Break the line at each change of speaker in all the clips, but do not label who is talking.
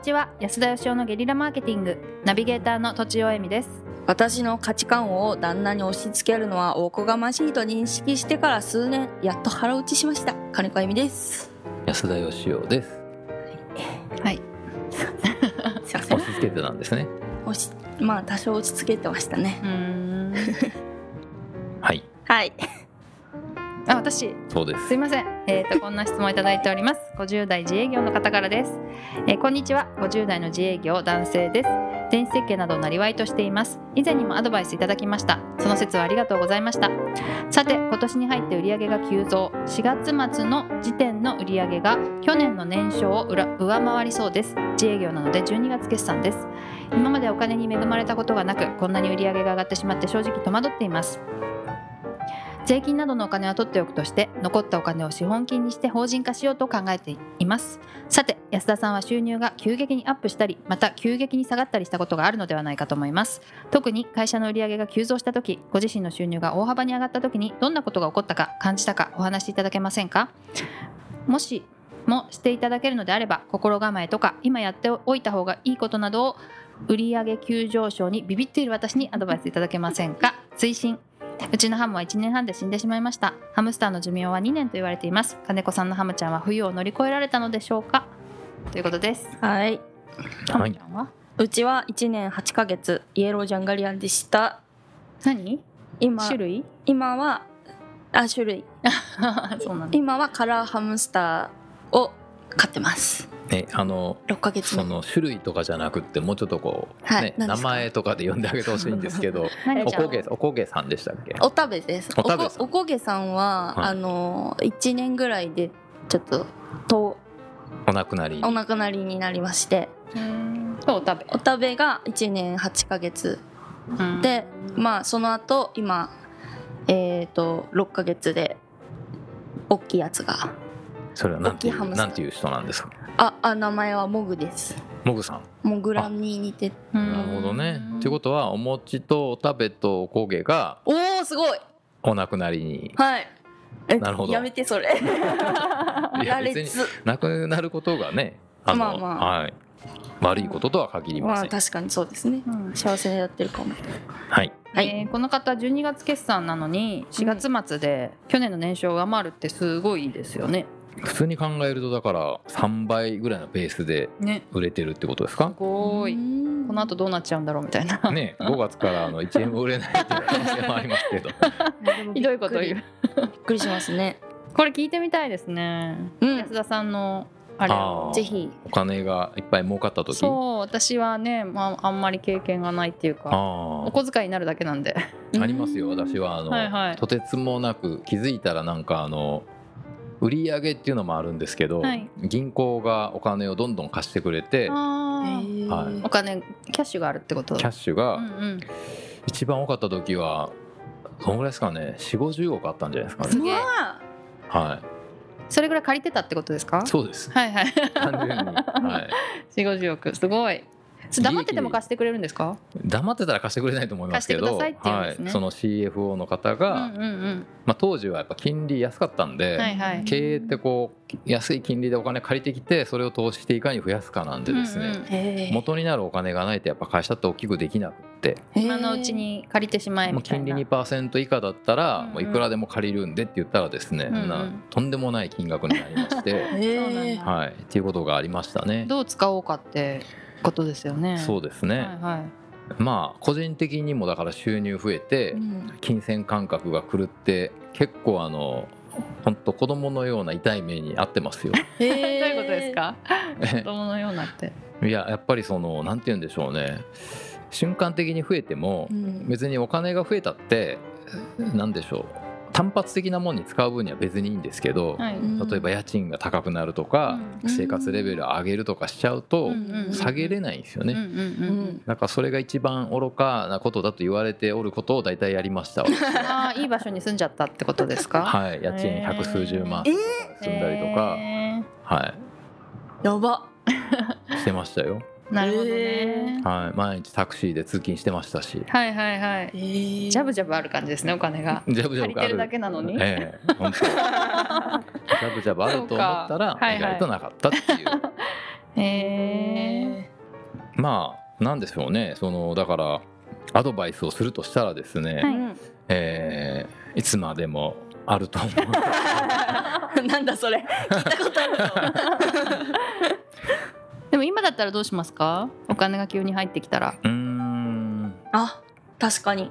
ちは安田義雄のゲリラマーケティングナビゲーターの土地尾恵美です
私の価値観を旦那に押し付けるのはおこがましいと認識してから数年やっと腹落ちしました金子あゆみです
安田義雄です。
はい
すいませ
押
ん
し付けてたんですね。
押しまあ多少落ち着けてましたね
うーん
はい、
はい
あ私
そうです。
すいません、えー、とこんな質問いただいております50代自営業の方からです、えーこんにちは50代の自営業男性です電子設計などをなりわいとしています以前にもアドバイスいただきましたその説はありがとうございましたさて今年に入って売上が急増4月末の時点の売上が去年の年商を裏上回りそうです自営業なので12月決算です今までお金に恵まれたことがなくこんなに売上が上がってしまって正直戸惑っています税金などのお金は取っておくとして残ったお金を資本金にして法人化しようと考えていますさて安田さんは収入が急激にアップしたりまた急激に下がったりしたことがあるのではないかと思います特に会社の売上が急増した時ご自身の収入が大幅に上がった時にどんなことが起こったか感じたかお話しいただけませんかもしもしていただけるのであれば心構えとか今やっておいた方がいいことなどを売上急上昇にビビっている私にアドバイスいただけませんか推進うちのハムは1年半で死んでしまいましたハムスターの寿命は2年と言われています金子さんのハムちゃんは冬を乗り越えられたのでしょうかということです
はい
ハ
は
ム
い
ち、ゃんは
うちは1年8ヶ月イエロージャンガリアンでした
何
今
種類
今はあ種類
そうなんだ
今はカラーハムスターを飼ってます
ね、あの。
6ヶ月
そ
目
の種類とかじゃなくってもうちょっとこう、
はい
ね、
何で
名
すか
前とかで呼んであげてほしいんです けど
何
お
ちゃん
こげおこげさんでしたっけ
おたべです
おたべさん
おこおこげさんは、
はい
あの1年ぐらいでちょっとと
お亡くなり
お亡くなりになりまして
うんとお食べ
おたべが1年8ヶ月
うん
でまあその後今えっ、と6ヶ月で大きいやつが
それはなんてい
大きいハ
う
ムスター
なんていう人なんですか
ああ名前はモグです
モグさん
モグラに似て
うん
なるほどねということはお餅とお食べとおこげが
おおすごい
お亡くなりに
はいえ
なるほど
やめてそれ
いや
羅
別に
列
亡くなることがねあの、
まあま
はい、悪いこととは限りま
ま
せ
あ
ん、
確かにそうですね
うん
幸せになってるかも
はい
はい、
えーこの方12月決算なのに4月末で去年の年商を上回るってすごいですよね。
普通に考えるとだから3倍ぐらいのペースで
ね
売れてるってことです
す
か
ごい。こ
こ
の後 どうなっちゃうんだろうみたいな。
ね5月からあの1円も売れないという可能性もあります けど
ひどいこと言
びっ
う。
くりしますね
これ聞いてみたいですね。
うん
安田さんのあれ
あー
ぜひ
お金がいっぱい儲かった時
そう私はね、まあ、あんまり経験がないっていうか
あ
お小遣いになるだけなんで
あありますよ私はあの、
はいはい
とてつもなく気づいたらなんかあの売り上げっていうのもあるんですけど、
はい
銀行がお金をどんどん貸してくれて
あ
は
ー
い
はい
お金キャッシュがあるってこと
キャッシュ
う
が
んうん
一番多かった時はどのぐらいですかね4 5 0億あったんじゃないですか
す
ね
げえ
まあ
は
それぐらい借りてたってことですか
いそうです
はいはい
単純に、 はい、
4 5 0億すごいそれ黙ってても貸してくれるんですか
黙ってたら貸してくれないと思いますけど
貸してくださいって言うんですね
はい、その CFO の方
う
が、
んうん
まあ、当時はやっぱ金利安かったんで、
うんはいはい
経営ってこう安い金利でお金借りてきてそれを投資していかに増やすかなんでですね、
うんうん
へえ
元になるお金がないとやっぱ会社って大きくできなくって、
今のうちに借りてしまえ
もう
みたい
金利
な。
2%以下だったら
うんうん
もういくらでも借りるんでって言ったらですね、
うんうん
なとんでもない金額になりまして、
へえ
そうなんだ
はい、っていうことがありましたね。
どう使おうかってことですよね。
そうですね、
はいはい。
まあ個人的にもだから収入増えて、
うん
金銭感覚が狂って結構あの本当子供のような痛い目に遭っ てますよ。
へ
どう
え
いうことですか？子供のようなって。
いややっぱりそのなんて言うんでしょうね瞬間的に増えても
うん
別にお金が増えたって何でしょう単発的なもんに使う分には別にいいんですけど、
はい。
うん
例えば家賃が高くなるとか、
うん
生活レベル上げるとかしちゃうと
うんうんうん
下げれないんですよね。
うんうん
う
うんうん。
ん
なんかそれが一番愚かなことだと言われておることを大体やりましたわ
ああいい場所に住んじゃったってことですか？
はい家賃百数十万
えー
住んだりとか、
へ
は
やば
いしてましたよ、
ーなるほど
へ
ね。
はい、毎日タクシーで通勤してましたし
はいはいはい。
へえ
ジャブジャブある感じですねお金が。
ジャブジャブが
借
あ
りてるだけなのに
ええ本当にジャブジャブあると思った
そうからはいはい
意外となかったっていう
へえ
まあなんでしょうねそのだからアドバイスをするとしたらですね、
はい
い、
えーいつまでもある と思う
なんだそれ聞いたことある
でも今だったらどうしますかお金が急に入ってきたら
うーん
あ確かに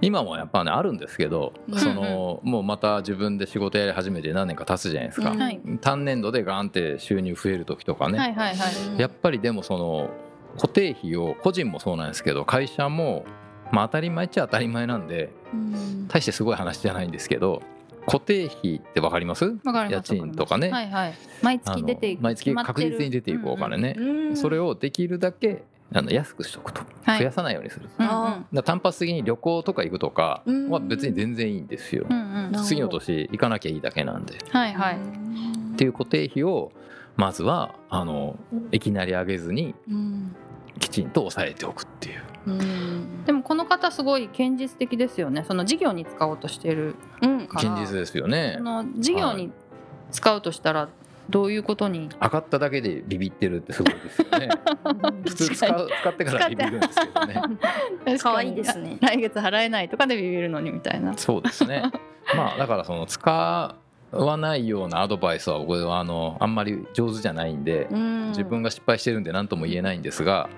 今もやっぱねあるんですけど、
うん
そのもうまた自分で仕事やり始めて何年か経つじゃないですか、
はい
単年度でガンって収入増える時とかね、
はいはいはい
やっぱりでもその固定費を個人もそうなんですけど会社も、まあ、当たり前っちゃ当たり前なんで
うん
大してすごい話じゃないんですけど固定費ってわかります
わかります
家賃とかね
わりますはいはい毎月出てい
あ
く
の毎月確実に出ていくお金、ね、それ
を
をできるだけあの安くしとくと、
はい
増やさないようにするだ
決
か
まってる
ら単発的に旅行とか行くとか
うん
は別に全然いいんですよ
うんうんうんうん
なるほど
次の年行かなきゃいいだけなんでっ
はいはい
ていう固定費をまずはあのいきなり上げずに
うん
きちんと抑えておくっていう
うん
でもこの方すごい堅実的ですよねその事業に使おうとしてる
うん
か
現
ら
実ですよね
その事業に使うとしたらどういうことに
上がっただけでビビってるってすごいです よね普通使う使ってからビビるんですけどね
可愛いですね
来月払えないとかでビビるのにみたいな
そうですね。 まあだからその使わないようなアドバイスは僕はあのあんまり上手じゃないんで、
うん
自分が失敗してるんで何とも言えないんですが、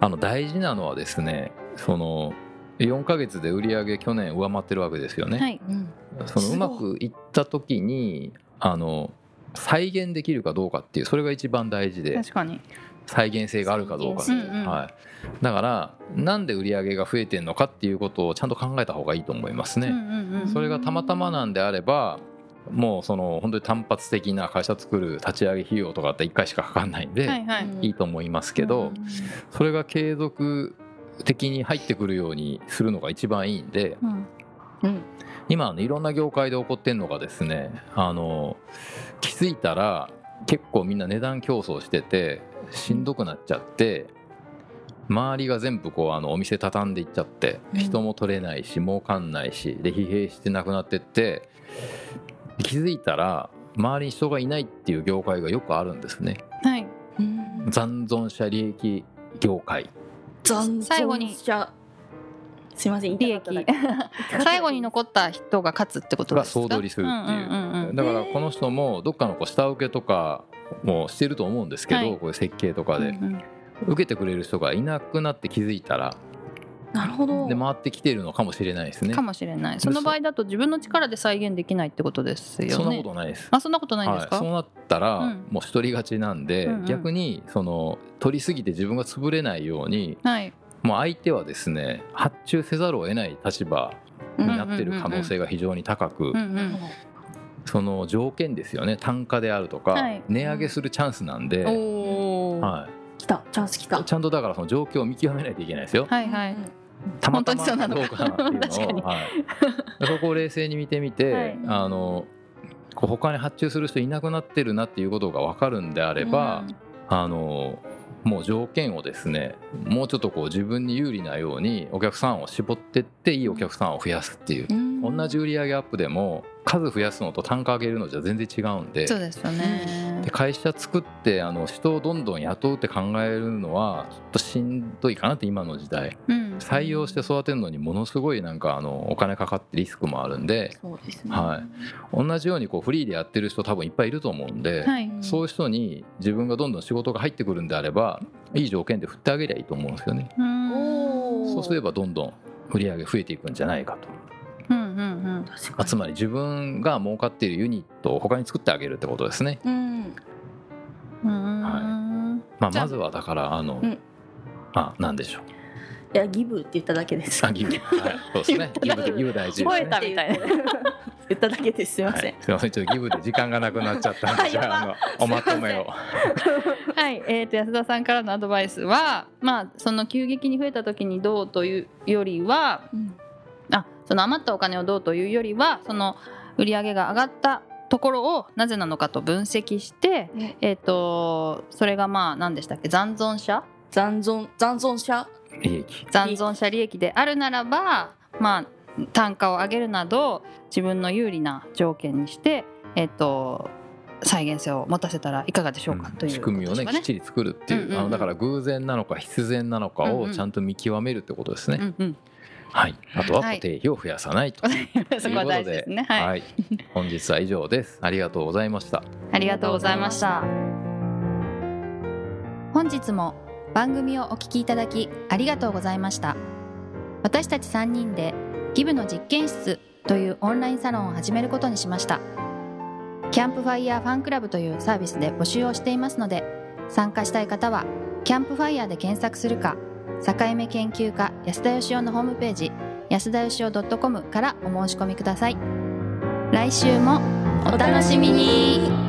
あの大事なのはですね、その4ヶ月で売り上げ去年上回ってるわけですよね。
はい
うん
そのう
すごい
まくいった時にあの再現できるかどうかっていうそれが一番大事で
確かに
再現性があるかどうかっていう
再現性うんうん
はい、だからなんで売り上げが増えてるのかっていうことをちゃんと考えた方がいいと思いますね。
うんうんうん
それがたまたまなんであればもうその本当に単発的な会社作る立ち上げ費用とかって1回しかかかんないん
はい
で
はい、
いいと思いますけ
う
ど
ん
それが継続的に入ってくるようにするのが一番いいんで
うん
うん
今あのいろんな業界で起こってんのがですねあの気づいたら結構みんな値段競争しててしんどくなっちゃって周りが全部こうあのお店畳んでいっちゃって
うん
人も取れないし儲かんないしで疲弊してなくなってって気づいたら周りに人がいないっていう業界がよくあるんですね
はい
うん
残存者利益業界
残
最後に
存者すいません
利益最後に残った人が勝つってことですか
が総取りするっていう
ん
ん
んうん
だからこの人もどっかのこう下請けとかもしてると思うんですけど、
はい
こういう設計とかで、
うんうん
受けてくれる人がいなくなって気づいたら
なるほど
で回ってきてるのかもしれないですね
か。もしれないその場合だと自分の力で再現できないってことですよね
そんなことないです。
あそんなことないんで
は
す
い、
か、
そうなったら
うん
もう一人勝ちなんで、
うんうん
逆にその取りすぎて自分が潰れないように
はい
もう相手はですね発注せざるを得ない立場になってる可能性が非常に高く、
うんうん
その条件ですよね単価であるとか、
はい
値上げするチャンスなんで、
おお、は
はい、
来たチャンス来た
ちゃんとだからその状況を見極めないといけないですよ。
いはい
たまた
本当
ま
にそうなの
どうかなっていうのを、はい、そこを冷静に見てみて、
はい
あのこう他に発注する人いなくなってるなっていうことが分かるんであれば、あのもう条件をですねもうちょっとこう自分に有利なようにお客さんを絞ってっていいお客さんを増やすっていう、同じ売り上げアップでも数増やすのと単価上げるのじゃ全然違うんで。
そうですよね
で会社作ってあの人をどんどん雇うって考えるのはちょっとしんどいかなって今の時代
うん
採用して育てるのにものすごいなんかあのお金かかってリスクもあるんで
そうですね
は同じようにこうフリーでやってる人多分いっぱいいると思うんで、
はい
そういう人に自分がどんどん仕事が入ってくるんであればいい条件で振ってあげりゃいいと思うんですよね。
うーん
おー
そうすればどんどん売り上げ増えていくんじゃないか
う
と、
んうんうん
確
まあ
か
つまり自分が儲かっているユニットを他に作ってあげるってことですね。
にうん
うーん
まあ、
じゃあ
まずはだからあの、
うん
あなんでしょう
いやギブって言っただけです
あギブ、はい、そうですねギブでギブ大事です
覚え
ね
た。みたいな
言っただけですすいま
は
せん
い、すみませんちょっとギブで時間がなくなっちゃったん
あ
でじゃああ
や
のおまとめを。
はい、えー、と安田さんからのアドバイスは、まあ、その急激に増えた時にどうというよりは
うん
あその余ったお金をどうというよりはその売り上げが上がったところをなぜなのかと分析して、
ね
えー、とそれがまあ何でしたっけ残存者
残存残存者
利益
残存者利益であるならば、まあ、単価を上げるなど自分の有利な条件にして、えっと再現性を持たせたらいかがでしょうか、という
仕組みをね
ことで
きっ
しょ
ちり作るってい
う
う,、
んうんうん
あのだから偶然なのか必然なのか
うんう
を
ん
ちゃんと見極めるってことですね、
うねうん
はい、あとは
はい
固定費を増やさないと、
うんそこは大事ですねはい、
はい、本日は以上ですありがとうございました
ありがとうございました本日も番組をお聞きいただきありがとうございました私たち3人でギブの実験室というオンラインサロンを始めることにしましたキャンプファイヤーファンクラブというサービスで募集をしていますので参加したい方はキャンプファイヤーで検索するか境目研究家安田義雄のホームページ安田義雄 .com からお申し込みください来週もお楽しみに